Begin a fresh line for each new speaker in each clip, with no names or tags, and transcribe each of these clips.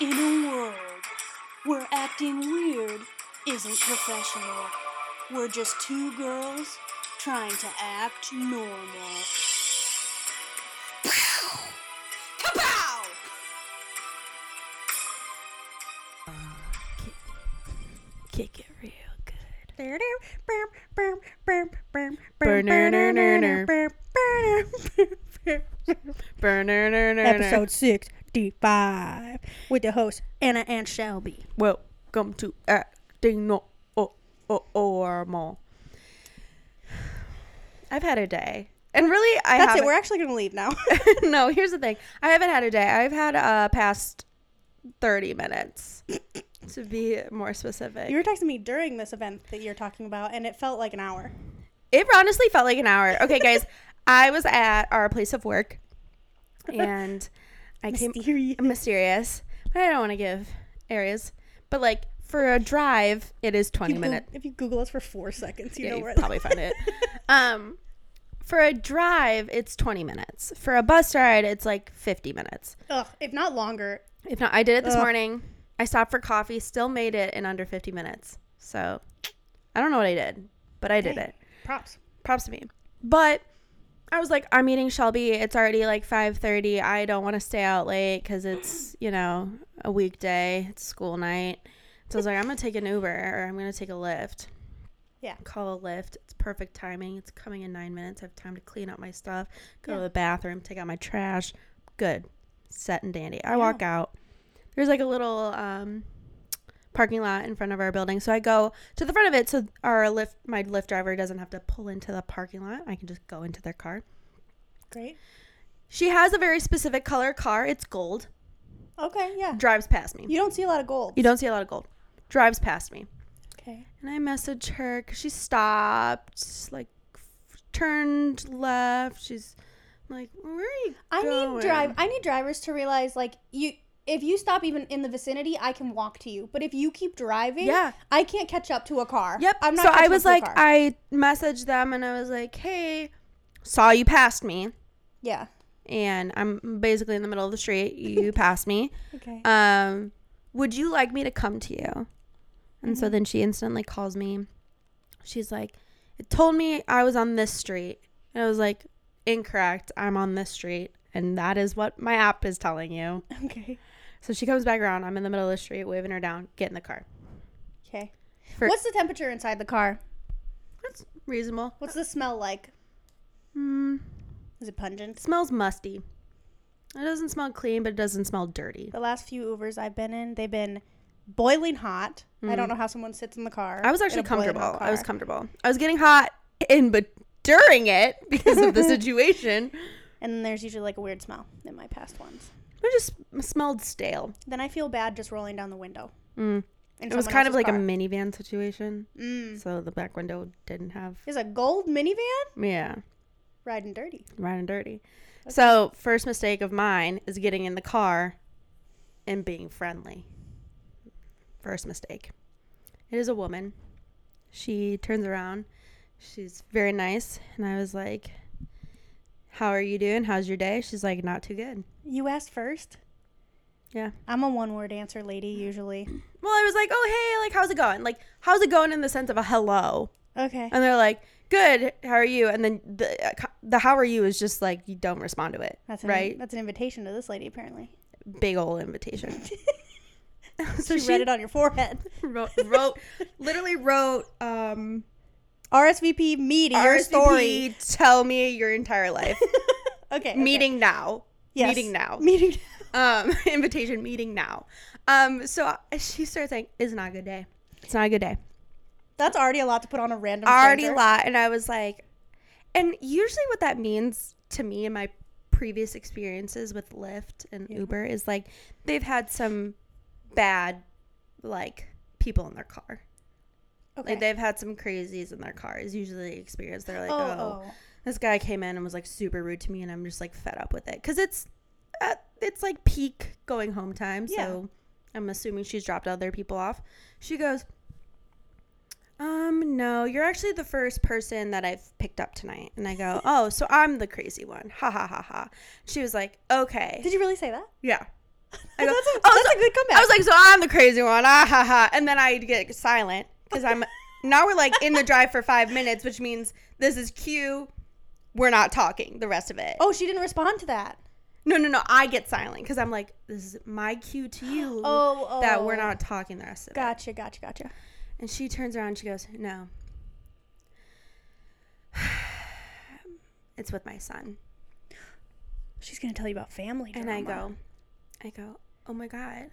In a world where acting weird isn't professional, we're just two girls trying to act normal. Pow! Kapow!
Kick it real good.
Episode 65 with the host Anna and Shelby.
Welcome to acting no o- o- normal. I've had a day, and really, I
That's it.
haven't.
We're actually going to leave now.
no, here's the thing. I haven't had a day. I've had uh past thirty minutes, to be more specific.
you were texting me during this event that you're talking about, and it felt like an hour.
It honestly felt like an hour. Okay, guys, I was at our place of work, and I came
Mysterious.
mysterious, but I don't want to give areas. But like for a drive, it is twenty
You
minutes.
Goog- if you Google us for four seconds, you
Yeah,
know
you
where
probably find it. Um, for a drive, it's twenty minutes. For a bus ride, it's like fifty minutes.
Ugh, if not longer.
If not, I did it this
Ugh.
morning. I stopped for coffee, still made it in under fifty minutes. So I don't know what I did, but I did
Dang.
it.
Props.
props to me. But I was like, I'm meeting Shelby. It's already like 5:30. I don't want to stay out late because it's you know a weekday. It's school night. So I was like, I'm gonna take an Uber or I'm gonna take a Lyft.
Yeah.
Call a Lyft. It's perfect timing. It's coming in nine minutes. I have time to clean up my stuff, go
Yeah.
to the bathroom, take out my trash. Good. Set and dandy. I walk out. There's like a little um, parking lot in front of our building. So I go to the front of it so our lift my lift driver doesn't have to pull into the parking lot. I can just go into their car.
Great.
She has a very specific color car. It's gold.
Okay, yeah.
Drives past me.
You don't see a lot of gold.
You don't see a lot of gold. Drives past me.
Okay.
And I message her cuz she stopped like f- turned left. She's I'm like, "Where are you
I
going?"
need drive. I need drivers to realize like you. If you stop even in the vicinity, I can walk to you. But if you keep driving,
Yeah.
I can't catch up to a car.
Yep.
I'm not.
so I
catching
was
up to a
like,
car.
I messaged them and I was like, "Hey, saw you past me."
yeah,
And I'm basically in the middle of the street. You passed me.
okay.
um, would you like me to come to you? And
Mm-hmm.
so then she instantly calls me. She's like, it told me I was on this street. And I was like, incorrect. I'm on this street. And that is what my app is telling you.
okay,
So she comes back around. I'm in the middle of the street, waving her down. Get in the car.
okay.
For-
What's the temperature inside the car?
That's reasonable.
What's the smell like?
Mm,
Is it pungent?
smells musty. It doesn't smell clean, but it doesn't smell dirty.
The last few Ubers I've been in, they've been boiling hot. I don't know how someone sits in the car.
Mm. I was actually
in a boiling hot
comfortable. I was
car.
comfortable. I was getting hot in, but during it because of the situation.
and then there's usually like a weird smell in my past ones.
It just smelled stale.
Then I feel bad just rolling down the window.
Mm.
in
It was
someone
kind of
else's
like a
car.
minivan situation.
Mm.
So the back window didn't have,
Is a gold minivan
yeah,
riding dirty?
round and dirty. So, first mistake of mine is getting in the car and being friendly. First mistake. It is a woman. She turns around. She's very nice. And I was like, How are you doing? How's your day? She's like, Not too good.
You asked first.
Yeah.
I'm a one word answer lady usually.
Well, I was like, Oh, hey, like, how's it going? Like, how's it going in the sense of a hello?
Okay.
and they're like good how are you and then the the how are you is just like you don't respond to it
That's an,
right
That's an invitation to this lady apparently.
big old invitation so
She, read it on your forehead.
wrote, wrote literally wrote um
RSVP me to your
RSVP,
story.
tell me your entire life
Okay. okay.
meeting now
Yes.
meeting now
Meeting.
um invitation meeting now um so she starts saying it's not a good day it's not a good day
That's already a lot to put on a random.
already a
stranger.
lot and i was like and usually what that means to me in my previous experiences with lyft and uber is like they've had some bad like people in their car
Okay.
like they've had some crazies in their car is usually the experience they're like
oh,
oh,
oh.
this guy came in and was like super rude to me and i'm just like fed up with it because it's uh, it's like peak going home time so
Yeah.
i'm assuming she's dropped other people off she goes um no you're actually the first person that i've picked up tonight and i go oh so i'm the crazy one ha ha ha ha she was like okay
Did you really say that?
yeah I go,
That's a-
"Oh,
that's
so-"
a good comeback.
I was like, so I'm the crazy one. Ah ha ha. And then I get silent because I'm now we're like in the drive for five minutes, which means this is cue. We're not talking the rest of it.
Oh, she didn't respond to that.
No, no, no. I get silent because I'm like, this is my cue to you
Oh, oh.
that we're not talking the rest of it.
Gotcha, gotcha, gotcha.
And she turns around and she goes, No. it's with my son.
She's gonna tell you about family.
And I
drama.
go, I go, Oh my God.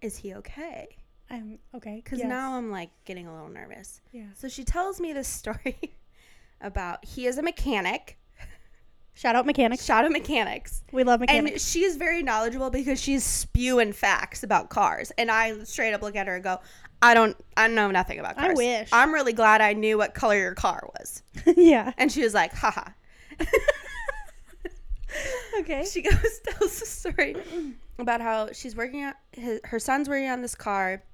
Is he okay? Um,
I'm okay.
Because
yes.
now I'm like getting a little nervous.
Yeah.
So she tells me this story about he is a mechanic,
Shout out mechanics.
shot of mechanics.
We love mechanics.
And she is very knowledgeable because she's spewing facts about cars. And I straight up look at her and go, I don't I know nothing about
I
cars.
wish."
I'm really glad I knew what color your car was.
yeah.
And she was like, haha.
Okay.
she goes, tells the story about how she's working on his, her son's working on this car.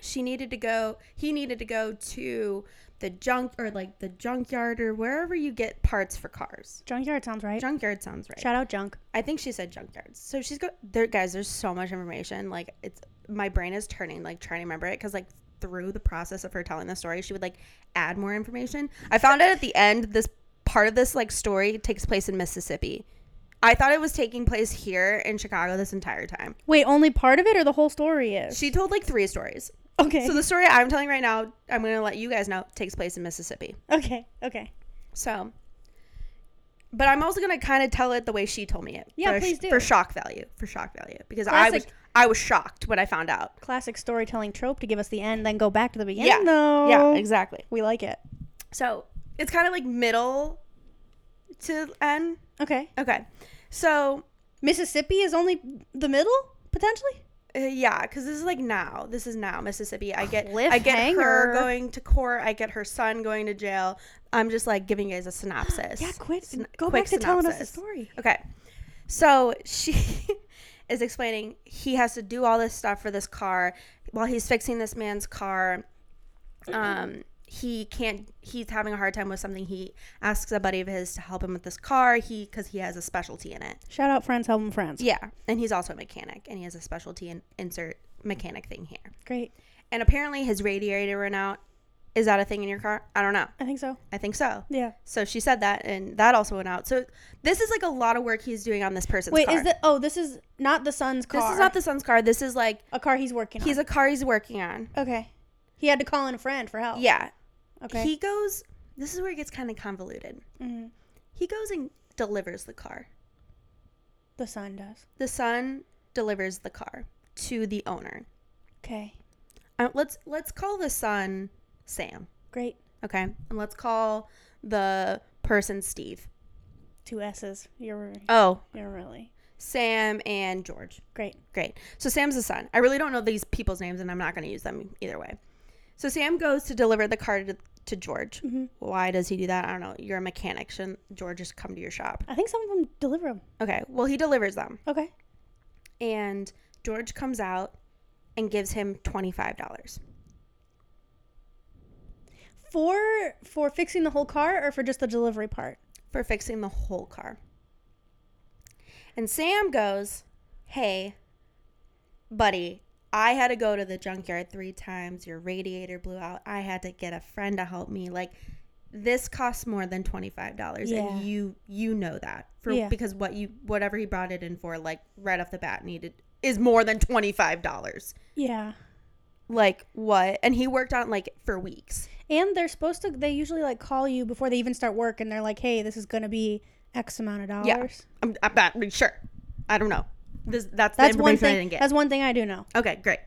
She needed to go, he needed to go to the junk or like the junkyard or wherever you get parts for cars.
Junkyard sounds right.
Junkyard sounds right.
Shout out junk.
I think she said junkyards. So she's go there, guys. There's so much information. Like it's my brain is turning, like trying to remember it, because like through the process of her telling the story, she would like add more information. I found out at the end this part of this like story takes place in Mississippi. I thought it was taking place here in Chicago this entire time.
Wait, only part of it or the whole story is?
She told like three stories.
Okay.
So the story I'm telling right now, I'm gonna let you guys know, takes place in Mississippi.
okay. Okay.
So, but I'm also gonna kind of tell it the way she told me it.
Yeah,
for,
please do.
for shock value. For shock value, because I was
Classic.
I was shocked when I found out.
Classic storytelling trope to give us the end, then go back to the beginning.
Yeah.
Though.
Yeah, exactly.
We like it.
So it's kind of like middle to end.
Okay.
Okay, so
Mississippi is only the middle potentially.
uh, yeah, because this is like now. This is now Mississippi. I get I get her
Cliffhanger.
going to court. I get her son going to jail. I'm just like giving you guys a synopsis.
Yeah. Quit.
Syn-
go
quick
back to telling us the
synopsis.
story.
Okay. So she is explaining he has to do all this stuff for this car while he's fixing this man's car. Um he can't he's having a hard time with something he asks a buddy of his to help him with this car he because he has a specialty in it
Shout out friends, help 'em friends.
yeah and he's also a mechanic and he has a specialty in insert mechanic thing here
Great.
and apparently his radiator ran out is that a thing in your car i don't know
I think so.
i think so
Yeah.
so she said that and that also went out so this is like a lot of work he's doing on this person's
Wait,
car.
is that? Oh, this is not the son's car.
This is not the son's car. This is like
a car he's working
he's a car he's working on.
on. Okay. He had to call in a friend for help. Oh,
Yeah.
Okay.
He goes. This is where it gets kind of convoluted.
Mhm.
He goes and delivers the car.
The son does.
The son delivers the car to the owner.
Okay.
Uh, let's let's call the son Sam,
Great.
okay, and let's call the person Steve.
Two S's. You're
Oh,
you're really
Sam and George.
great.
Great. So Sam's the son. I really don't know these people's names, and I'm not going to use them either way. So Sam goes to deliver the car to, to George.
Mm-hmm.
Why does he do that? I don't know. You're a mechanic. Shouldn't George just come to your shop?
I think some of them deliver them.
Okay. Well, he delivers them,
Okay.
and George comes out and gives him twenty five dollars
For for fixing the whole car or for just the delivery part?
for fixing the whole car. And Sam goes, "Hey, buddy." I had to go to the junkyard three times. Your radiator blew out. I had to get a friend to help me. Like, this costs more than twenty five dollars,
Yeah.
and you you know that for
Yeah.
because what you whatever he brought it in for, like right off the bat, needed is more than twenty five dollars.
Yeah.
Like what? And he worked on it, like for weeks.
And they're supposed to they usually like call you before they even start work and they're like, "Hey, this is going to be X amount of dollars."
Yeah, I'm, I'm not really sure. I don't know. This that's,
That's
the
one
information I
thing.
didn't get.
That's one thing I do know.
Okay, great.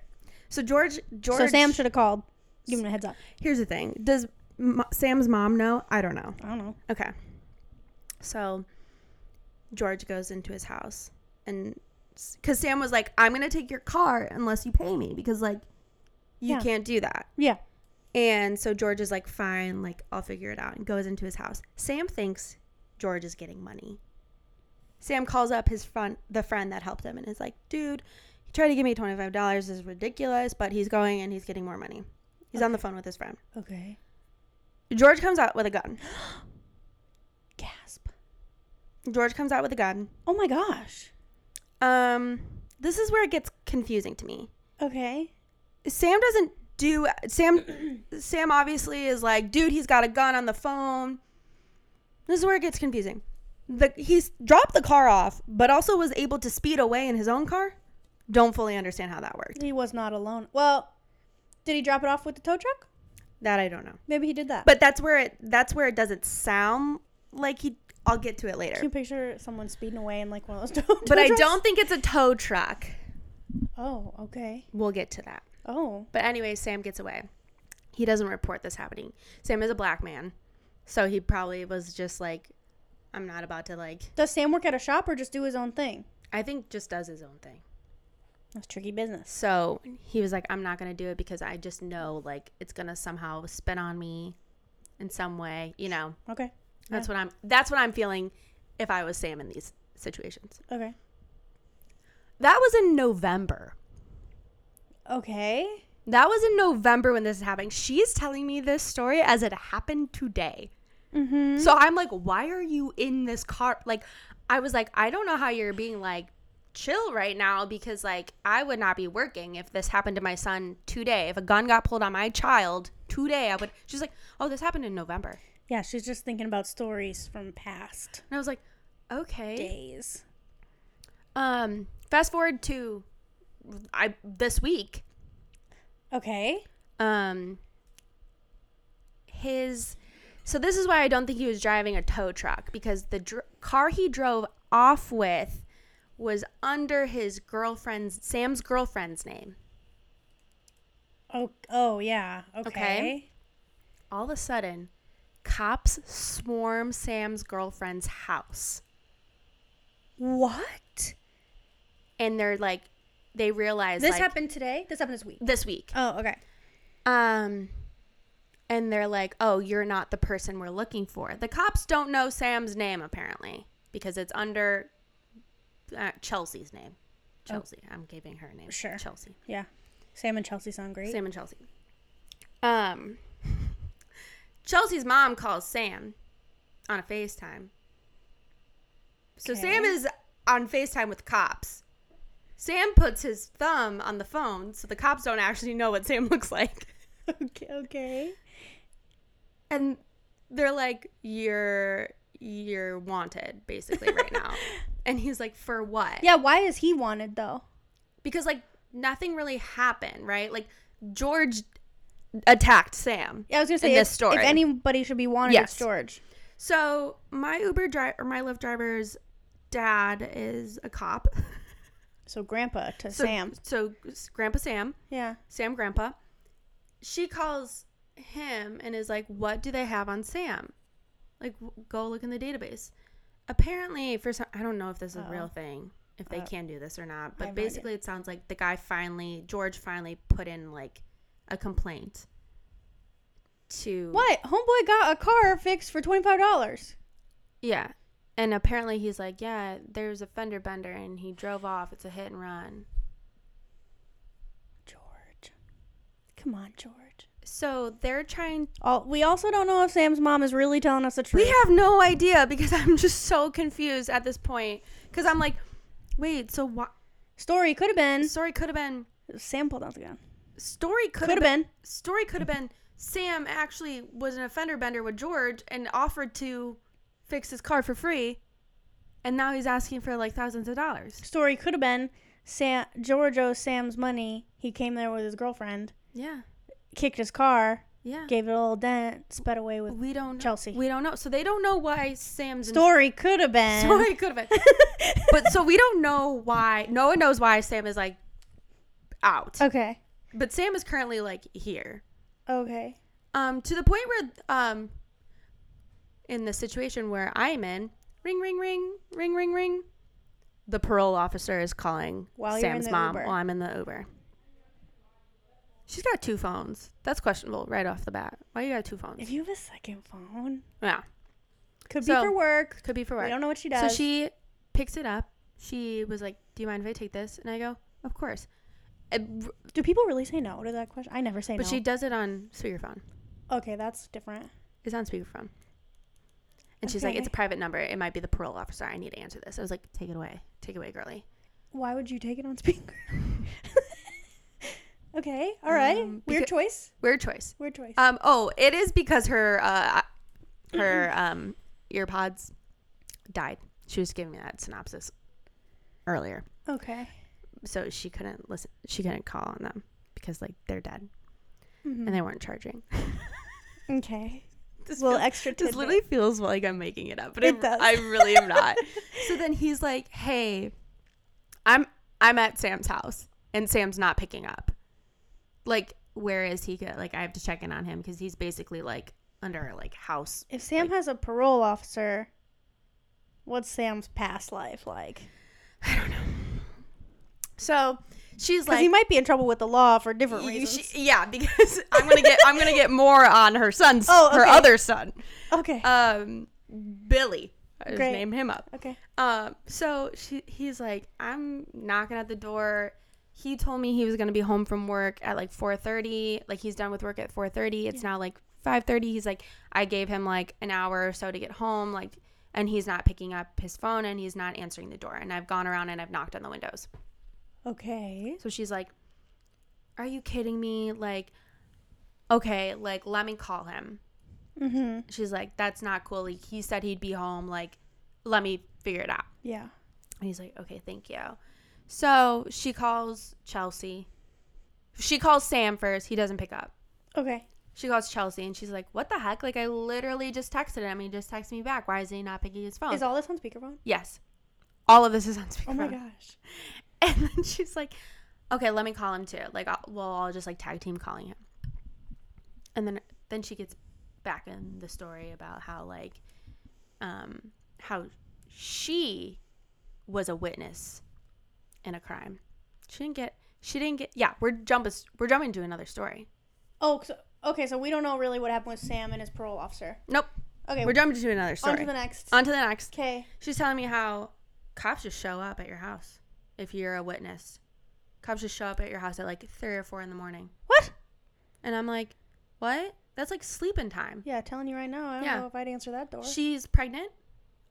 So George, George.
So Sam should have called. Give him a heads up.
Here's the thing: Does m- Sam's mom know? I don't know.
I don't know.
Okay. So George goes into his house, and because Sam was like, "I'm gonna take your car unless you pay me," because like you
Yeah.
can't do that.
Yeah.
And so George is like, "Fine, like I'll figure it out," and goes into his house. Sam thinks George is getting money. Sam calls up his friend, the friend that helped him, and is like, "Dude, he tried to give me twenty five dollars. This is ridiculous, but he's going and he's getting more money. He's on the phone with his friend."
Okay.
George comes out with a gun.
Gasp.
George comes out with a gun.
Oh my gosh.
Um, this is where it gets confusing to me.
Okay.
Sam doesn't do Sam Sam obviously is like, dude, he's got a gun on the phone. This is where it gets confusing. The he's dropped the car off, but also was able to speed away in his own car. Don't fully understand how that worked.
He was not alone. Well, did he drop it off with the tow truck?
That I don't know.
Maybe he did that.
But that's where it that's where it doesn't sound like he I'll get to it
Can you
later.
picture someone speeding away in like one of those tow,
But
tow
I
trucks?
don't think it's a tow truck.
Oh, okay.
We'll get to that.
Oh,
But anyway, Sam gets away. He doesn't report this happening. Sam is a black man, so he probably was just like, "I'm not about to like."
does Sam work at a shop or just do his own thing?
I think just does his own thing.
That's tricky business.
So he was like, "I'm not gonna do it because I just know like it's gonna somehow spin on me, in some way. You know,
Okay.
that's what I'm. That's what I'm feeling. If I was Sam in these situations,
Okay.
that was in November.
Okay.
That was in November when this is happening. She's telling me this story as it happened today.
Mm-hmm.
So I'm like, why are you in this car? Like, I was like, I don't know how you're being like chill right now because like I would not be working if this happened to my son today. If a gun got pulled on my child today, I would. She's like, oh, this happened in November,
Yeah, she's just thinking about stories from past
and I was like, okay.
days.
Um, fast forward to I this week.
Okay.
Um, his. So this is why I don't think he was driving a tow truck because the dr- car he drove off with was under his girlfriend's Sam's girlfriend's name.
Oh, oh yeah. Okay.
All of a sudden, cops swarm Sam's girlfriend's house
What?
and they're like they realize
This
like,
happened today? This happened this week.
this week.
Oh, okay.
Um and they're like, "Oh, you're not the person we're looking for." The cops don't know Sam's name apparently because it's under uh, Chelsea's name. Chelsea. I'm giving her a name.
Oh. Sure.
Chelsea.
Yeah. Sam and Chelsea sound great.
Sam and Chelsea. Um Chelsea's mom calls Sam on a FaceTime. So Sam
Okay.
is on FaceTime with cops. Sam puts his thumb on the phone so the cops don't actually know what Sam looks like.
okay. Okay.
and they're like you're you're wanted basically right now and he's like for what
Yeah, why is he wanted though?
because like nothing really happened right like george attacked sam
Yeah, I was gonna say
In this
if,
story.
if anybody should be wanted,
Yes.
it's George.
so my uber driver or my lyft driver's dad is a cop
So grandpa to
so,
Sam.
so grandpa sam
Yeah.
sam grandpa she calls him and is like what do they have on sam like w- go look in the database apparently for some i don't know if this is a real thing if they can do this or not
Oh. Uh, have
but
no idea.
basically it sounds like the guy finally george finally put in like a complaint to
What? Homeboy got a car fixed for twenty five dollars.
yeah and apparently he's like yeah there's a fender bender and he drove off it's a hit and run
George. Come on, George.
so they're trying
All, we also don't know if Sam's mom is really telling us the truth.
We have no idea because I'm just so confused at this point. Because I'm like, wait, so what?
Story could have been
Story could have been.
Sam pulled out the gun.
Story could
Could
have
have
been.
been.
Story could have been. Sam actually was an offender bender with George and offered to fix his car for free, and now he's asking for like thousands of dollars.
Story could have been Sam George owes Sam's money. He came there with his girlfriend,
Yeah,
kicked his car,
yeah.
gave it a little dent, sped away with.
We don't. know-
Chelsea.
We don't know. So they don't know why Sam's in-
Story could have been.
Story could have been. But so we don't know why. No one knows why Sam is like out.
okay.
But Sam is currently like here.
Okay.
um to the point where um in the situation where i'm in ring ring ring ring ring ring the parole officer is calling
While you're in
sam's
the
mom
Uber.
while i'm in the uber she's got two phones that's questionable right off the bat why you got two phones
If you have a second phone,
yeah
could
So-
be for work.
could be for work
We don't know what she
so
does.
she picks it up she was like do you mind if i take this and i go of course And-
Do people really say no to that question? I never say
but
no.
she does it on speakerphone
okay, that's different.
It's on speakerphone. And she's like, it's a
Okay.
private number. It might be the parole officer. I need to answer this. I was like, take it away. Take it away, girly.
Why would you take it on speaker? okay, all right.
Um,
Weird
becau-
choice.
Weird choice.
Weird choice.
Um, oh, it is because her uh, her um ear pods died. She was giving me that synopsis earlier,
okay.
so she couldn't listen. She couldn't call on them because like they're dead and they weren't charging.
Mm-hmm. Okay.
This
Little
feels-
extra
This
tidbit.
literally feels like I'm making it up, but
It
I,
does.
I really am not. so then he's like, "Hey, I'm I'm at Sam's house, and Sam's not picking up. Like, where is he? go- Like, I have to check in on him because he's basically like under like house.
If Sam has a parole officer, what's Sam's past life like?
So she's
Because
like,
he might be in trouble with the law for different
You-
reasons.
she- yeah, because I'm gonna get I'm gonna get more on her son's
Oh,
her
okay.
other son,
okay.
um, Billy. I just
Great.
name him up.
okay.
Um, so she, he's like, I'm knocking at the door. He told me he was gonna be home from work at like 4:30. Like he's done with work at 4:30. It's now like 5:30. He's like, I gave him like an hour or so to get home. Like, and he's not picking up his phone and he's not answering the door. And I've gone around and I've knocked on the windows.
Okay.
So she's like, Are you kidding me? Like, okay, like let me call him.
Mm-hmm.
She's like, That's not cool. Like, he said he'd be home. Like, let me figure it out.
Yeah.
And he's like, okay, thank you. So she calls Chelsea. She calls Sam first. He doesn't pick up.
Okay.
She calls Chelsea and she's like, what the heck? Like, I literally just texted him. He just texted me back. Why is he not picking his phone?
Is all this on speakerphone?
yes. All of this is on speakerphone.
Oh my gosh.
And then she's like, okay, let me call him too. Like, I'll, well, I'll just like tag team calling him. And then then she gets back in the story about how like um how she was a witness in a crime. She didn't get she didn't get yeah, we're jumping we're jumping to another story.
Oh, so, okay. So we don't know really what happened with Sam and his parole officer.
Nope.
Okay.
We're jumping to another
on
story.
to the next.
on to the next.
Okay.
She's telling me how cops just show up at your house if you're a witness. Cops just show up at your house at like three or four in the morning.
What?
And I'm like, what? That's like sleeping time.
Yeah, telling you right now. I don't
Yeah.
know if I'd answer that door.
She's pregnant.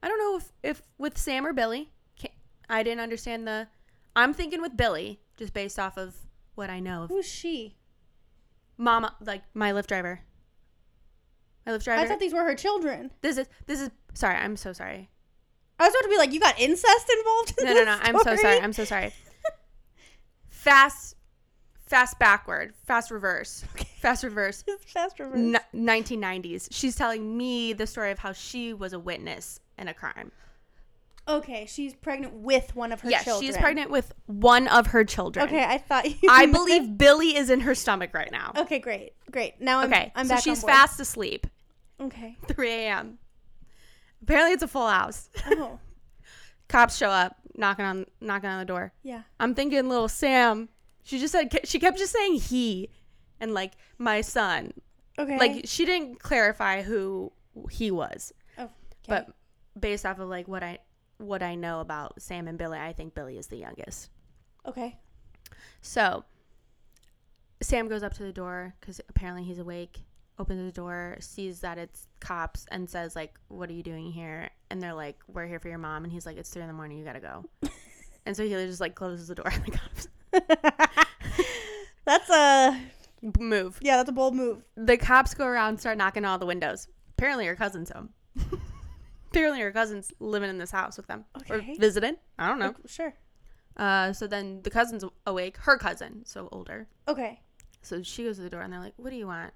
I don't know if, if with Sam or Billy. Can't, I didn't understand the. I'm thinking with Billy, just based off of what I know of
Who's she?
Mama, like my Lyft driver. My Lyft driver.
I thought these were her children.
this is this is. Sorry, I'm so sorry.
I was about to be like, you got incest involved in
No, no,
this
no. I'm so sorry.
story?
I'm so sorry. Fast, fast backward, fast reverse, fast reverse.
It's fast reverse.
N- 1990s. She's telling me the story of how she was a witness in a crime.
Okay, she's pregnant with one of her
yes,
children.
she's pregnant with one of her children.
Okay, I thought you.
I believe Billy is in her stomach right now.
Okay, great, great. Now I'm.
Okay,
I'm
so
back. on
she's
board.
fast asleep.
Okay.
3 a.m. Apparently, it's a full house.
Oh,
Cops show up, knocking on knocking on the door.
yeah.
I'm thinking little Sam. She just said she kept just saying he, and like my son.
Okay.
Like she didn't clarify who he was.
Oh, okay.
but based off of like what I what I know about Sam and Billy, I think Billy is the youngest.
okay.
So Sam goes up to the door because apparently he's awake. Opens the door, sees that it's cops, and says like, "What are you doing here?" And they're like, "We're here for your mom." And he's like, "It's three in the morning. You gotta go." and so he just like closes the door and the cops
That's a
move.
yeah. That's a bold move.
The cops go around, start knocking on all the windows. Apparently, her cousin's home. Apparently, her cousin's living in this house with them
Okay.
or visiting. I don't know.
Sure.
Uh, so then the cousin's awake, her cousin, so older.
Okay.
So she goes to the door and they're like, "What do you want?"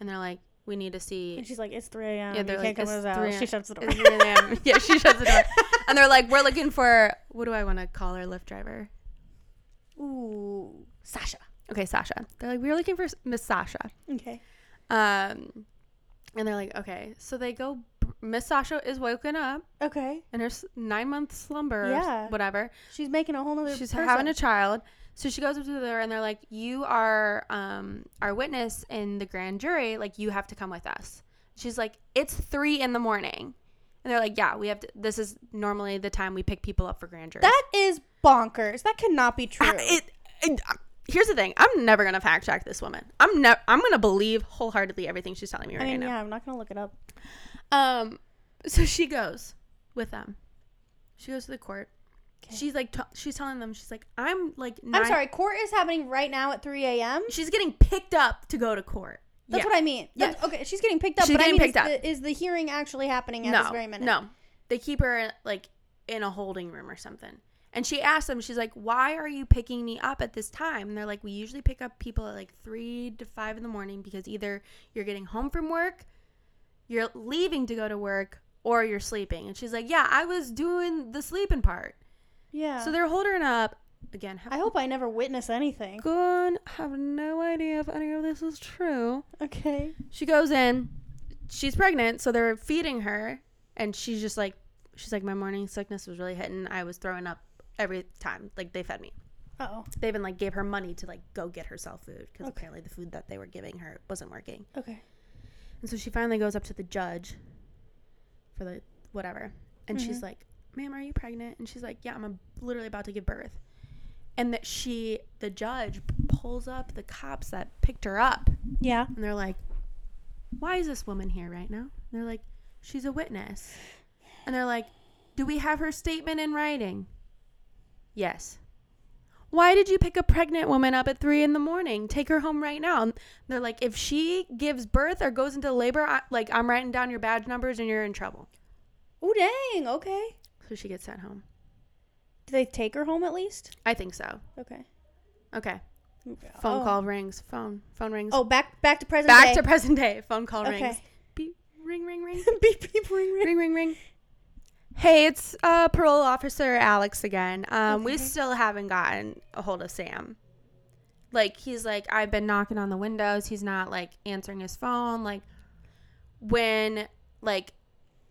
And they're like, "We need to see."
And she's like, it's 3 a.m.
Yeah,
Yeah,
they're
you
like,
can't come
"It's
to this house."
3 a.m.
She shuts the door.
It's 3 a.m. yeah, she shuts the door, and they're like, "We're looking for what do I want to call her Lyft driver?"
Ooh, Sasha.
Okay, Sasha. They're like, "We're looking for Miss Sasha."
Okay.
Um, and they're like, "Okay." So they go. Miss Sasha is woken up
Okay.
in her nine month slumber, or
Yeah.
whatever.
She's making a whole nother.
she's
person.
having a child so she goes up to the door and they're like you are um our witness in the grand jury like you have to come with us she's like it's three in the morning and they're like yeah we have to this is normally the time we pick people up for grand jury
That is bonkers. That cannot be true.
Ah, it, it- here's the thing i'm never gonna fact check this woman i'm ne- i'm gonna believe wholeheartedly everything she's telling me
I
right
mean,
now
yeah, I'm not gonna look it up.
Um, so she goes with them. She goes to the court. She's like, t- she's telling them, she's like, I'm like,
I'm
nine-
sorry, court is happening right now at 3 a.m.
She's getting picked up to go to court.
That's
Yeah.
what I mean.
Yeah.
That's- Okay, she's getting picked up,
She's
but I
getting
mean, is
picked
the, is the hearing actually happening at
no,
this very minute?
No. They keep her like in a holding room or something. And she asked them, she's like, Why are you picking me up at this time? And they're like, We usually pick up people at like three to five in the morning because either you're getting home from work, you're leaving to go to work, or you're sleeping. And she's like, Yeah, I was doing the sleeping part.
Yeah.
So they're holding her up. Again,
I hope I never witness anything.
Gun have no idea if any of this is true.
Okay.
She goes in. She's pregnant, so they're feeding her, and she's just like, she's like, my morning sickness was really hitting. I was throwing up every time. Like they fed me.
Oh.
They even like gave her money to like go get herself food because apparently the food that they were giving her wasn't working.
Okay.
And so she finally goes up to the judge for the whatever. And she's like, ma'am, are you pregnant? And she's like, yeah, I'm a- literally about to give birth. And that she, the judge, pulls up the cops that picked her up.
Yeah.
And they're like, why is this woman here right now? And they're like, she's a witness. And they're like, do we have her statement in writing? Yes. Why did you pick a pregnant woman up at three in the morning? Take her home right now. And they're like, if she gives birth or goes into labor, I, like I'm writing down your badge numbers and you're in trouble.
Oh dang. Okay.
So she gets sent home.
Do they take her home at least?
I think so.
Okay.
Okay. Phone
Oh.
call rings. Phone. Phone rings.
Oh, back back to present
Back
day.
to present day. Phone call
Okay.
rings. Beep. Ring. Ring. Ring.
beep beep ring ring.
ring ring ring hey it's uh parole officer alex again um we still haven't gotten a hold of sam like he's like i've been knocking on the windows he's not like answering his phone like when like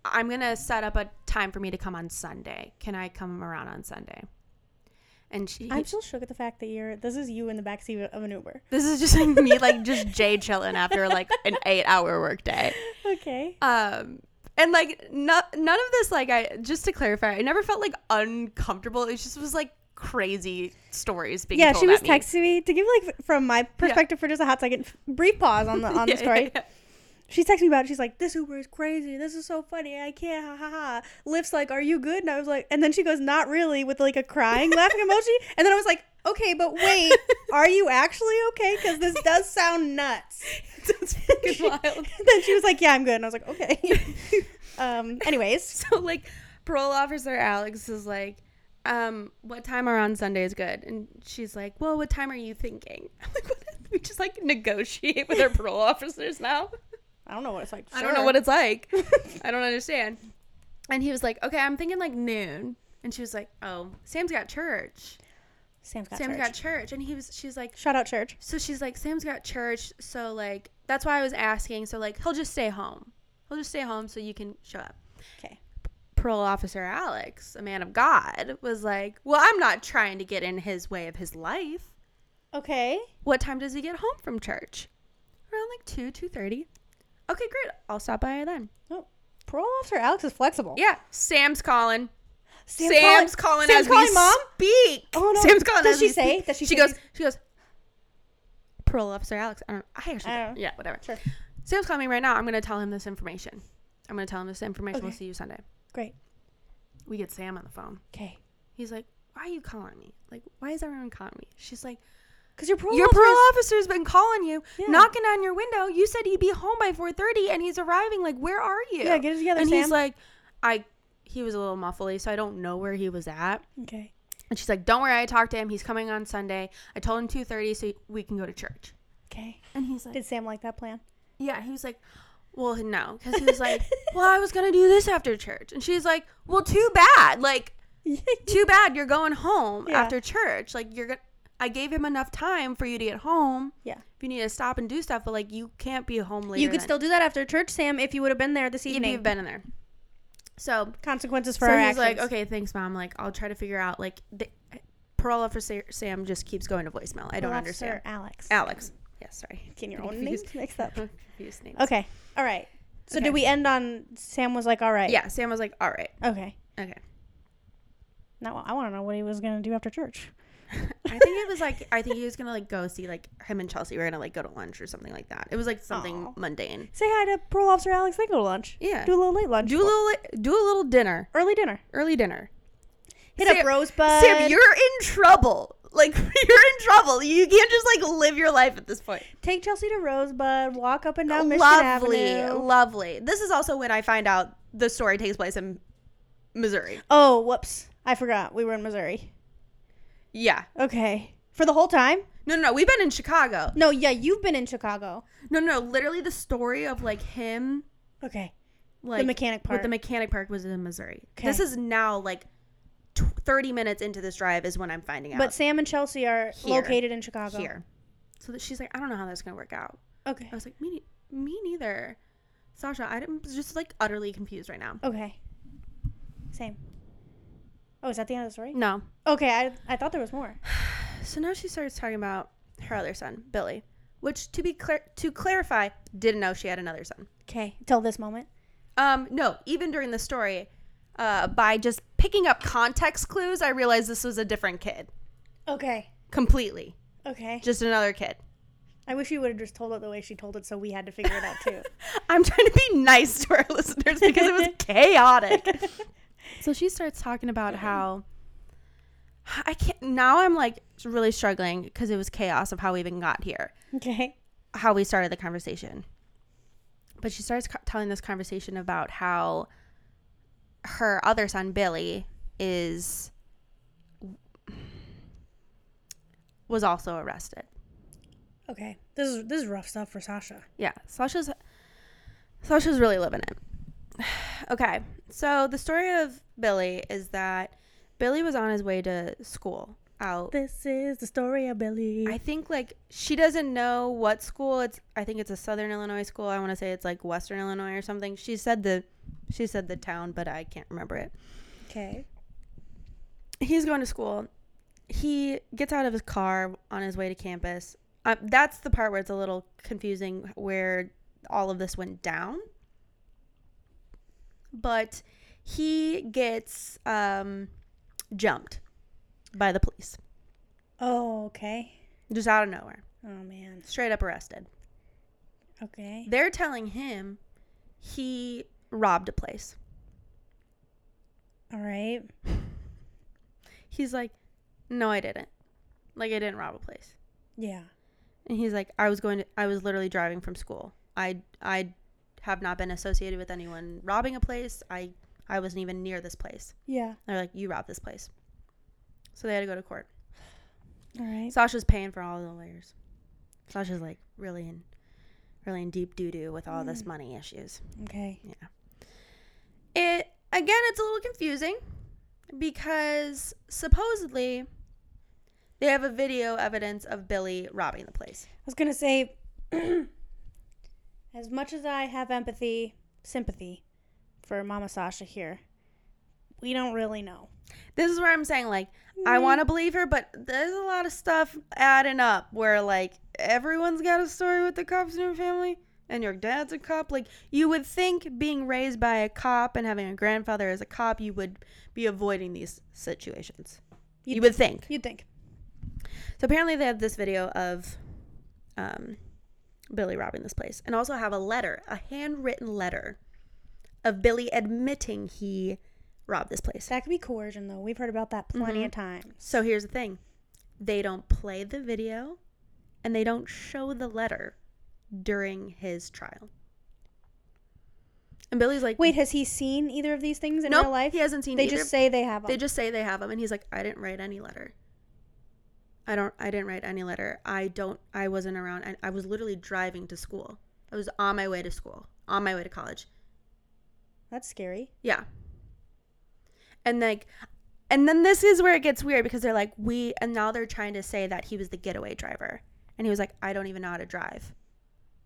i'm gonna set up a time for me to come on sunday can i come around on sunday and she
I'm still shook at the fact that you're. This is you in the backseat of an Uber.
this is just like me like just jay chilling after like an eight hour workday
Okay.
um and like no, none of this like i just to clarify i never felt like uncomfortable it just was like crazy stories being
yeah,
told
she was
at me.
texting me to give like from my perspective for just a hot second, brief pause on the on
Yeah,
the story.
yeah, yeah.
She texted me about it. She's like, "This Uber is crazy. This is so funny. I can't. Ha ha ha." Lift's like, "Are you good?" And I was like, and then she goes, "Not really," with like a crying laughing emoji. And then I was like, "Okay, but wait, are you actually okay? Because this does sound nuts."
That's fucking wild.
then she was like, "Yeah, I'm good." And I was like, "Okay." um. Anyways,
so like parole officer alex is like um what time are on sunday is good and she's like well what time are you thinking i'm like what is- we just like negotiate with our parole officers now
I don't know what it's like.
I don't know what it's like. I don't understand. And he was like, okay, I'm thinking like noon. And she was like, oh, Sam's got church.
Sam's got
Sam's
church.
got church. And he was, she's like,
Shout out church.
so she's like, Sam's got church. So like, that's why I was asking. So like, he'll just stay home. He'll just stay home so you can show up.
Okay.
Parole officer Alex, a man of God, was like, well, I'm not trying to get in his way of his life.
Okay.
What time does he get home from church? Around like two, two thirty. Okay, great. I'll stop by then.
Oh, parole officer Alex is flexible.
Yeah, Sam's calling.
Sam's,
Sam's, calling,
Sam's
as
calling
we
mom?
speak.
Oh, no.
Sam's calling
Does
as
she
we
say?
speak.
Does she
She
say
goes. She goes. Parole officer Alex. I don't. I actually.
I don't know.
Yeah, whatever.
Sure.
Sam's calling me right now. I'm gonna tell him this information. I'm gonna tell him this information. We'll
Okay.
see you Sunday.
Great.
We get Sam on the phone.
Okay.
He's like, "Why are you calling me? Like, why is everyone calling me?" She's like,
Because your parole
"Your
officer
parole
is-
officer's been calling you,
Yeah.
knocking on your window. You said he'd be home by 4:30, and he's arriving. Like, where are you?"
Yeah, get it together,
And he's
Sam.
like, "I." He was a little muffly, so I don't know where he was at.
Okay.
And she's like, "Don't worry, I talked to him. He's coming on Sunday. I told him 2:30 so we can go to church."
Okay.
And he's like,
Did Sam like that plan?
"Yeah." He was like, "Well, no," because he was like, "Well, I was gonna do this after church." And she's like, "Well, too bad. Like, too bad you're going home
Yeah.
after church. Like, you're gonna. I gave him enough time for you to get home.
Yeah.
If you need to stop and do stuff, but like, you can't be home later.
You could
than-
still do that after church, Sam, if you would have been there this
if
evening.
you've been in there. So
Consequences for
so
our
he's
actions.
like, okay, thanks, mom. Like, I'll try to figure out. Like, the parole officer Sam just keeps going to voicemail. I don't
Officer
understand.
Alex.
Alex. Yeah, sorry.
Can your
I'm
own name
confused.
mixed up?
I'm confused names.
Okay. All right. So
Okay.
did we end on Sam was like, all right?
Yeah, Sam was like, all right.
Okay.
Okay.
Now I want to know what he was gonna do after church.
I think it was like, I think he was going to like go see like him and Chelsea were going to like go to lunch or something like that. It was like something
Aw.
mundane.
Say hi to parole officer Alex. Then go to lunch.
Yeah.
Do a little late lunch.
Do a little, do a little dinner,
early dinner.
early dinner.
Hit up
Sam-
Rosebud.
Sam, you're in trouble. Like you're in trouble. You can't just like live your life at this point.
Take Chelsea to Rosebud. Walk up and down Michigan
lovely,
Avenue.
lovely. This is also when I find out the story takes place in Missouri.
oh, whoops. I forgot. We were in Missouri.
Yeah.
Okay. For the whole time?
No, no, no. We've been in Chicago.
No, yeah, you've been in Chicago.
No, no, no. Literally, the story of like him,
Okay.
like
mechanic
With
part.
the mechanic park was in Missouri.
Okay.
This is now like tw- thirty minutes into this drive is when I'm finding out.
But Sam and Chelsea are
Here.
located in Chicago.
here, so that she's like, I don't know how that's gonna work out.
Okay.
I was like, me, ne- me neither. Sasha, I'm just like utterly confused right now.
Okay. Same. Oh, is that the end of the story?
No.
Okay, I, I thought there was more.
So now she starts talking about her other son, Billy, which to be clear, to clarify, didn't know she had another son.
Okay, till this moment.
Um, no, even during the story, uh, by just picking up context clues, I realized this was a different kid
Okay.
completely,
Okay.
just another kid.
I wish you would have just told it the way she told it so we had to figure it out too.
I'm trying to be nice to our listeners because it was chaotic. so she starts talking about how I can't. Now I'm like really struggling because it was chaos of how we even got here.
okay.
how we started the conversation. But she starts co- telling this conversation about how her other son Billy is was also arrested.
Okay. This is this is rough stuff for Sasha.
Yeah, Sasha's Sasha's really living it. okay, so the story of Billy is that Billy was on his way to school out.
This is the story of Billy.
I think like she doesn't know what school it's. I think it's a Southern Illinois school. I want to say it's like Western Illinois or something. She said the, she said the town, but I can't remember it.
okay.
He's going to school. He gets out of his car on his way to campus. Uh, that's the part where it's a little confusing, where all of this went down. But he gets um, jumped by the police
Oh, okay.
just out of nowhere,
Oh man.
straight up arrested.
Okay.
They're telling him he robbed a place.
All right.
He's like, No, I didn't. Like, I didn't rob a place.
Yeah.
And he's like, I was going to, I was literally driving from school. I, I have not been associated with anyone robbing a place. I, I wasn't even near this place.
Yeah.
They're like, You robbed this place. So they had to go to court.
All right.
Sasha's paying for all the lawyers. Sasha's like really in, really in deep doo doo with all this money issues.
Okay.
it again it's a little confusing because supposedly they have a video evidence of billy robbing the place
I was gonna say, as much as I have empathy, sympathy for Mama Sasha here, we don't really know.
this is where i'm saying like i want to believe her but there's a lot of stuff adding up where like everyone's got a story with the cops in your family and your dad's a cop like you would think being raised by a cop and having a grandfather as a cop you would be avoiding these situations
You'd
you would think
You'd think.
So apparently they have this video of um, Billy robbing this place and also have a letter, a handwritten letter of Billy admitting he robbed this place.
That could be coercion, though. We've heard about that plenty of times.
So here's the thing. They don't play the video and they don't show the letter during his trial. And Billy's like,
Wait, has he seen either of these things in
nope,
real life?
he hasn't seen
They
either.
just say they have them.
They just say they have them, and he's like, I didn't write any letter. I don't. I didn't write any letter. I don't. I wasn't around. I, I was literally driving to school. I was on my way to school, on my way to college.
That's scary.
Yeah. And like, and then this is where it gets weird because they're like, we, and now they're trying to say that he was the getaway driver, and he was like, I don't even know how to drive.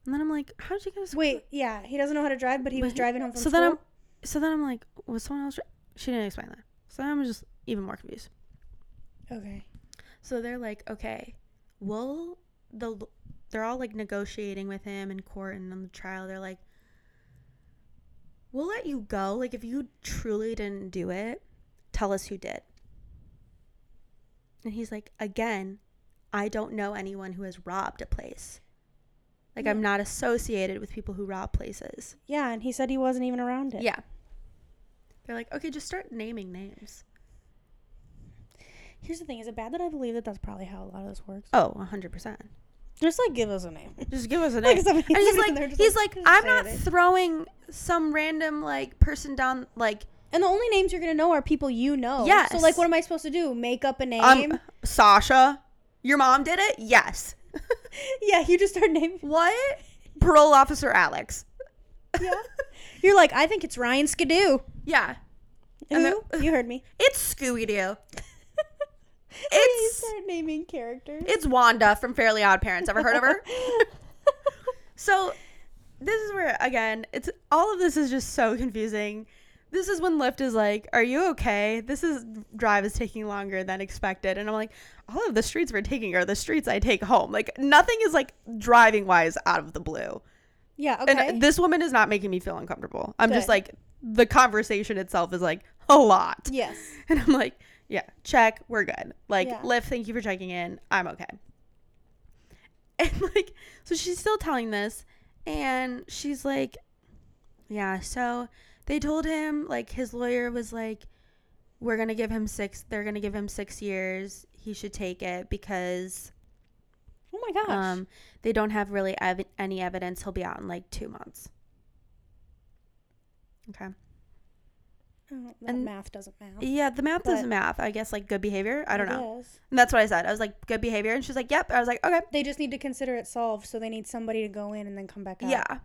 And then I'm like, how did you get? to school?
Wait, yeah, he doesn't know how to drive, but he was
But-
driving home from
so
school.
then I'm, so then I'm like, was someone else? dri- She didn't explain that. So then I'm just even more confused.
okay.
So they're like, okay, will the l- they're all like negotiating with him in court and on the trial. They're like, we'll let you go. Like if you truly didn't do it, tell us who did. And he's like, again, I don't know anyone who has robbed a place. Like I'm not associated with people who rob places.
Yeah, and he said he wasn't even around it.
Yeah. They're like, okay, just start naming names.
Here's the thing: is it bad that I believe that that's probably how a lot of this works?
Oh, 100%.
Just like give us a name.
Just give us a
like
name.
somebody,
And he's
somebody's in there
like,
just
he's like,
just
I'm
say
not
it."
throwing some random like person down. Like,
And the only names you're gonna know are people you know.
Yes.
So like, what am I supposed to do? Make up a name?
Um, Sasha, your mom did it? Yes.
yeah, you just start naming.
What? Parole officer Alex.
Yeah. You're like, I think it's Ryan Skidoo.
yeah,
Who?
And
you heard me.
It's Scooby Doo.
You
It's
start naming characters.
it's Wanda from Fairly Odd Parents. Ever heard of her? So this is where again, it's all of this is just so confusing. This is when Lyft is like, "Are you okay? This is drive is taking longer than expected." And I'm like, "All of the streets we're taking are the streets I take home. Like nothing is like driving wise out of the blue."
yeah. Okay.
And uh, this woman is not making me feel uncomfortable. I'm just
Good.
like the conversation itself is like a lot.
yes.
And I'm like, yeah, check, we're good. Like,
Yeah.
Lyft, thank you for checking in. I'm okay. And like, so she's still telling this, and she's like, yeah, so they told him, like, his lawyer was like, we're gonna give him six, they're gonna give him six years. He should take it because
Oh my gosh.
um, they don't have really ev- any evidence. He'll be out in like two months. Okay.
Oh, that
and-
math doesn't math.
Yeah, the math
But-
doesn't math. I guess like good behavior. I don't know.
guess.
And that's what I said. I was like, good behavior. And she's like, yep. I was like, okay.
They just need to consider it solved, so they need somebody to go in and then come back out.
Yeah.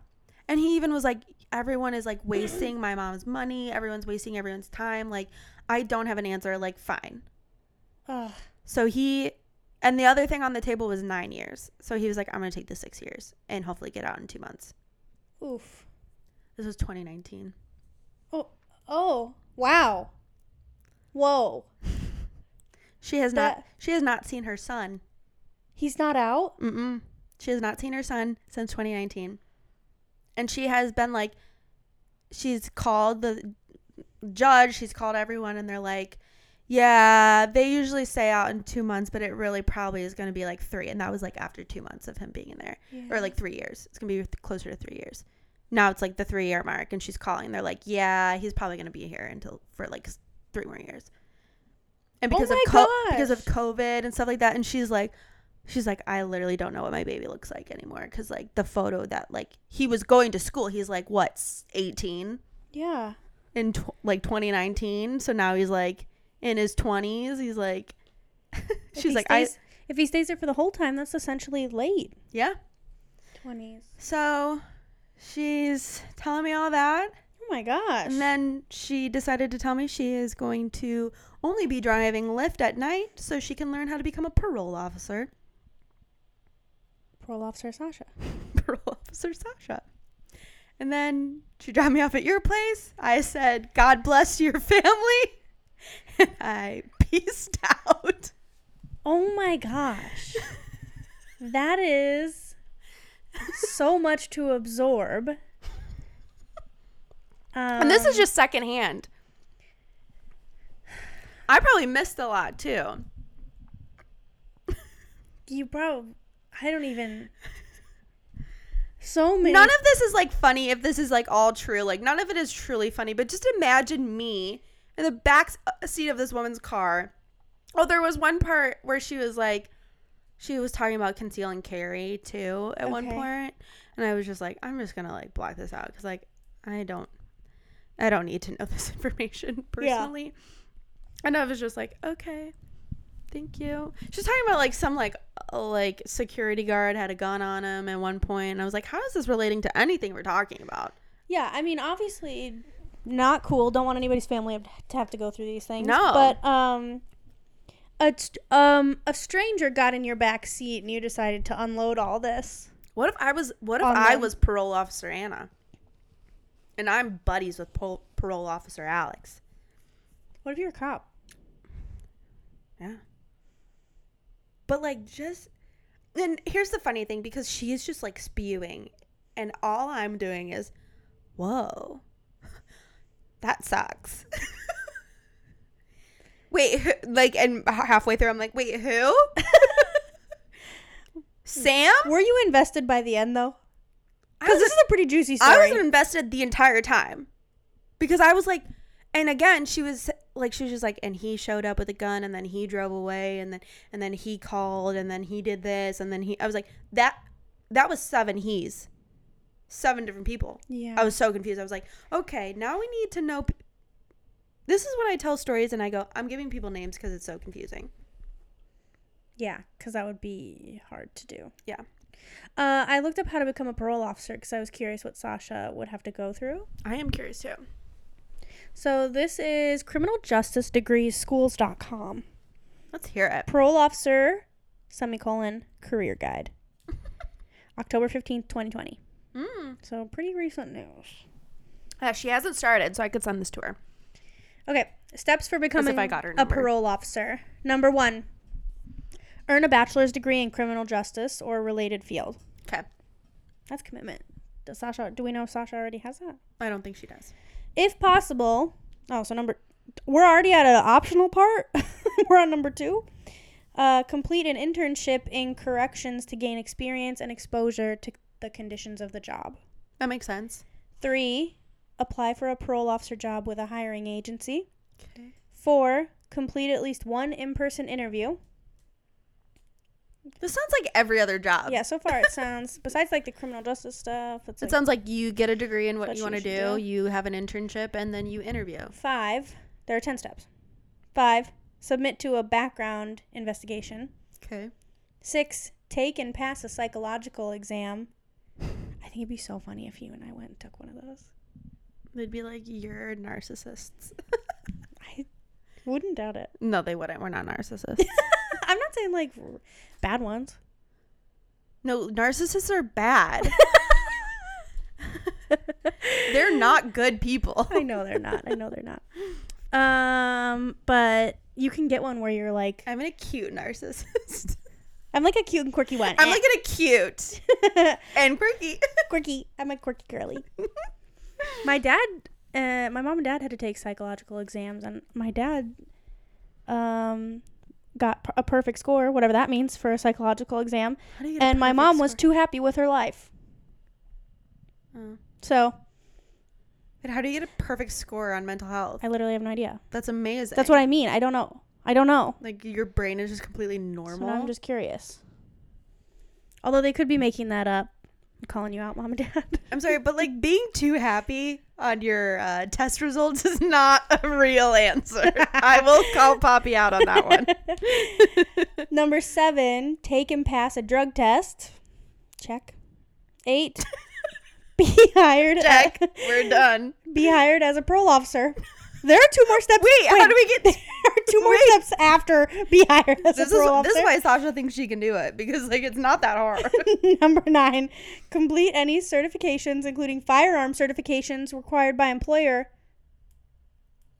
And he even was like, everyone is like wasting my mom's money. Everyone's wasting everyone's time. Like, I don't have an answer. Like, fine.
Ugh.
So he, and the other thing on the table was nine years. So he was like, I'm going to take the six years and hopefully get out in two months.
Oof.
This was 2019.
Oh. Oh. Wow. Whoa.
She has not,
That-
she has not seen her son.
He's not out.
Mm-mm. She has not seen her son since 2019. And she has been like, she's called the judge, she's called everyone, and they're like, yeah, they usually say out in two months, but it really probably is going to be like three. And that was like after two months of him being in there, or like three years. It's going to be th- closer to three years. Now it's like the three year mark, and she's calling. They're like, yeah, he's probably going to be here until for like s- three more years. And
Oh
because of
my
co- because
gosh.
of COVID and stuff like that, and she's like, she's like i literally don't know what my baby looks like anymore because like the photo that like he was going to school he's like what 18
Yeah.
in tw- like 2019 so now he's like in his 20s he's like
If
she's
he
like
stays- If he stays there for the whole time, that's essentially late.
i yeah
Twenties.
so she's telling me all that
Oh my gosh.
and then she decided to tell me she is going to only be driving lyft at night so she can learn how to become a parole officer
Parole officer Sasha.
parole officer Sasha. And then she dropped me off at your place. I said, God bless your family. And I peaced out.
Oh my gosh. that is so much to absorb. Um,
And this is just secondhand. I probably missed a lot too.
you probably I don't even so many
None of this is like funny if this is like all true. Like, none of it is truly funny, but just imagine me in the back s- uh, seat of this woman's car. Oh, there was one part where she was like, she was talking about conceal and carry too at one
Okay.
point, and I was just like, I'm just gonna like block this out because like I don't, I don't need to know this information
Yeah.
personally. And I was just like, okay, thank you. She's talking about like some like uh, like security guard had a gun on him at one point, and I was like, how is this relating to anything we're talking about?
Yeah, I mean obviously not cool. Don't want anybody's family to have to go through these things.
No.
But um a, st- um, a stranger got in your back seat and you decided to unload all this.
What if I was what if
On
I
them.
was parole officer Anna, and I'm buddies with parole, parole officer Alex?
What if you're a cop?
Yeah. But like just and here's the funny thing because she is just like spewing and all I'm doing is whoa. That sucks. wait, who, like and h- halfway through I'm like, "Wait, who?" Sam?
Were you invested by the end though?
I
Because
was,
this is a pretty juicy story.
I was invested the entire time. Because I was like and again, she was like she was just like and he showed up with a gun and then he drove away and then and then he called and then he did this and then he I was like that that was seven he's seven different people.
Yeah.
I was so confused. I was like, okay, now we need to know. P- this is when I tell stories and I go, I'm giving people names because it's so confusing.
Yeah, because that would be hard to do.
Yeah.
Uh, I looked up how to become a parole officer because I was curious what Sasha would have to go through.
I am curious too.
So this is criminal justice degrees schools.com.
Let's hear it.
Parole officer, semicolon, career guide. October 15th, 2020.
Mm.
So pretty recent news.
Yeah, she hasn't started, so I could send this to her.
Okay, steps for becoming
I got her
a
number.
parole officer. Number one, earn a bachelor's degree in criminal justice or related field.
Okay.
That's commitment. Does Sasha? Do we know if Sasha already has that?
I don't think she does.
If possible. Oh, so number. We're already at an optional part. we're on number two. Uh, complete an internship in corrections to gain experience and exposure to the conditions of the job.
That makes sense.
Three, apply for a parole officer job with a hiring agency.
Okay.
Four, complete at least one in person interview.
This sounds like every other job.
Yeah, so far it sounds, besides like the criminal justice stuff, it's
It
like
sounds like you get a degree in what,
What
you
you
want to
should
do,
do.
you have an internship, and then you interview.
five. There are 10 steps. Five, submit to a background investigation.
Okay.
Six, take and pass a psychological exam. I think it'd be so funny if you and I went and took one of those.
They'd be like, you're narcissists.
Wouldn't doubt it.
no, they wouldn't. We're not narcissists.
I'm not saying like r- bad ones.
no, narcissists are bad. They're not good people.
I know they're not. I know they're not. Um, but you can get one where you're like,
I'm an acute narcissist.
I'm like a cute and quirky one.
I'm like an acute and quirky.
quirky. I'm a quirky girly. my dad, uh, my mom and dad had to take psychological exams, and my dad, um, got p- a perfect score, whatever that means, for a psychological exam.
How do you
And my mom was too happy with her life.
Oh.
So
But how do you get a perfect score on mental health?
I literally have no idea.
That's amazing.
That's what I mean. I don't know. I don't know.
like your brain is just completely
So
normal.
now I'm just curious. Although they could be making that up. I'm calling you out, mom and dad.
I'm sorry, but like being too happy on your uh, test results is not a real answer. I will call Poppy out on that one.
Number seven, take and pass a drug test. Check. Eight, be hired.
Check.
a-
We're done.
be hired as a parole officer. There are two more steps.
Wait, how do we get?
There are two more steps after be hired as
This
a
is
parole
this is
officer.
why Sasha thinks she can do it because like it's not that hard.
Number nine, complete any certifications, including firearm certifications required by employer.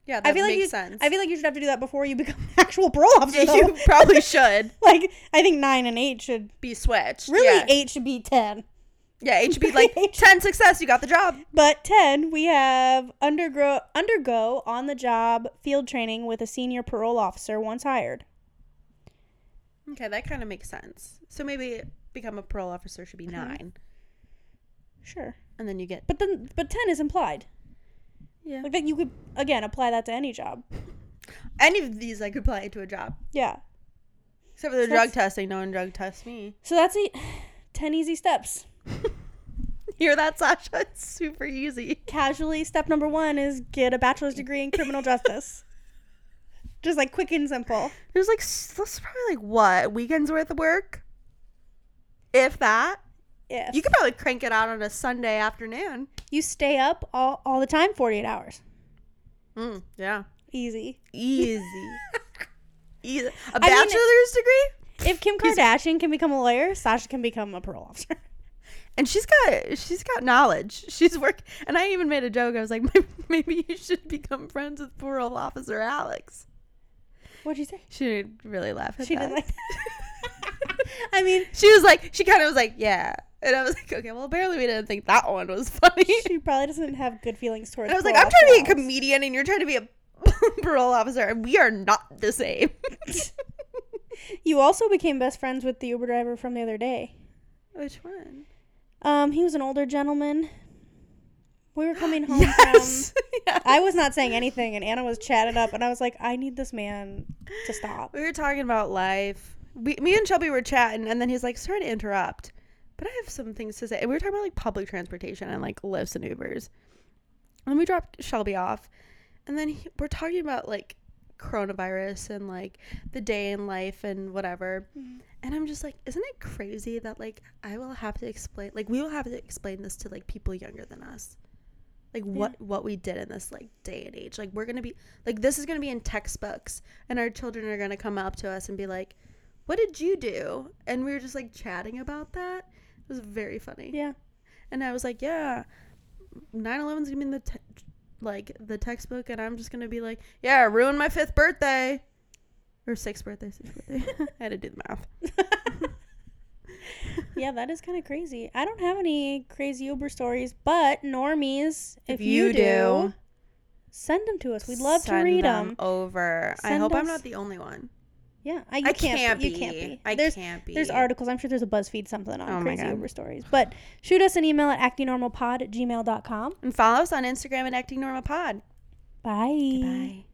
Yeah, that
I feel like
makes
you,
sense.
I feel like you should have to do that before you become an actual parole officer.
Yeah, you
though.
probably should
like I think nine and eight should
be switched.
really
yeah.
eight should be ten.
Yeah, it should be like ten success, you got the job.
But 10, we have undergo undergo on the job field training with a senior parole officer once hired.
Okay, that kind of makes sense. So maybe become a parole officer should be 9
Sure.
and then you get
But then but 10 is implied.
Yeah.
Like that you could again apply that to any job.
any of these. I could apply to a job
Yeah.
except for the
So
drug testing. No one drug tests me.
So that's it. 10 easy steps.
Hear that, Sasha? It's super easy.
Casually, step number 1 is get a bachelor's degree in criminal justice. Just like quick and simple.
There's like s- that's probably like what weekends worth of work, if that.
If
You could probably crank it out on a Sunday afternoon.
you stay up all, all the time 48 hours.
Mm, yeah,
Easy.
easy, easy. A
mean-
bachelor's degree,
If Kim Kardashian can become a lawyer, Sasha can become a parole officer.
and she's got she's got knowledge. She's work, and I even made a joke. I was like, "Maybe- maybe you should become friends with parole officer Alex.
What'd you say?
She didn't really laugh. At
She
that.
didn't like I mean,
She was like, she kind of was like, yeah. And I was like, okay, well, apparently we didn't think that one was funny.
she probably doesn't have good feelings towards.
And I was like, I'm
Paul
trying to be a
Walsh.
comedian and you're trying to be a parole officer, and we are not the same.
You also became best friends with the Uber driver from the other day.
Which one?
Um, he was an older gentleman. We were coming home
Yes.
from.
Yes.
I was not saying anything, and Anna was chatted up, and I was like, I need this man to stop.
We were talking about life. We, me and Shelby were chatting, and then he's like, "Sorry to interrupt, but I have some things to say." And we were talking about like public transportation and like lifts and Ubers. And then we dropped Shelby off, and then he, we're talking about like coronavirus and like the day in life and whatever. And I'm just like, isn't it crazy that like I will have to explain, like we will have to explain this to like people younger than us, like what what we did in this like day and age. Like we're gonna be like this is gonna be in textbooks, and our children are gonna come up to us and be like, "What did you do?" And we were just like chatting about that. It was very funny.
Yeah.
And I was like, "Yeah, 9/11 is gonna be in the te- like the textbook," and I'm just gonna be like, "Yeah, ruin my fifth birthday." Or sixth birthday, sixth birthday. I had to do the math.
Yeah, that is kind of crazy. I don't have any crazy Uber stories, but normies, if, you, do, send them to us. We'd love to
Send
read them.
over. I
Send
hope I'm
us-
not the only one.
Yeah, I, you
I
can't,
can't
be.
be.
You can't be.
I
there's,
can't be.
There's articles. I'm sure there's a BuzzFeed something on
Oh my
crazy
God.
Uber stories. But shoot us an email at actingnormalpod at gmail.com.
And follow us on Instagram at Acting Norma Pod.
Bye.
Bye.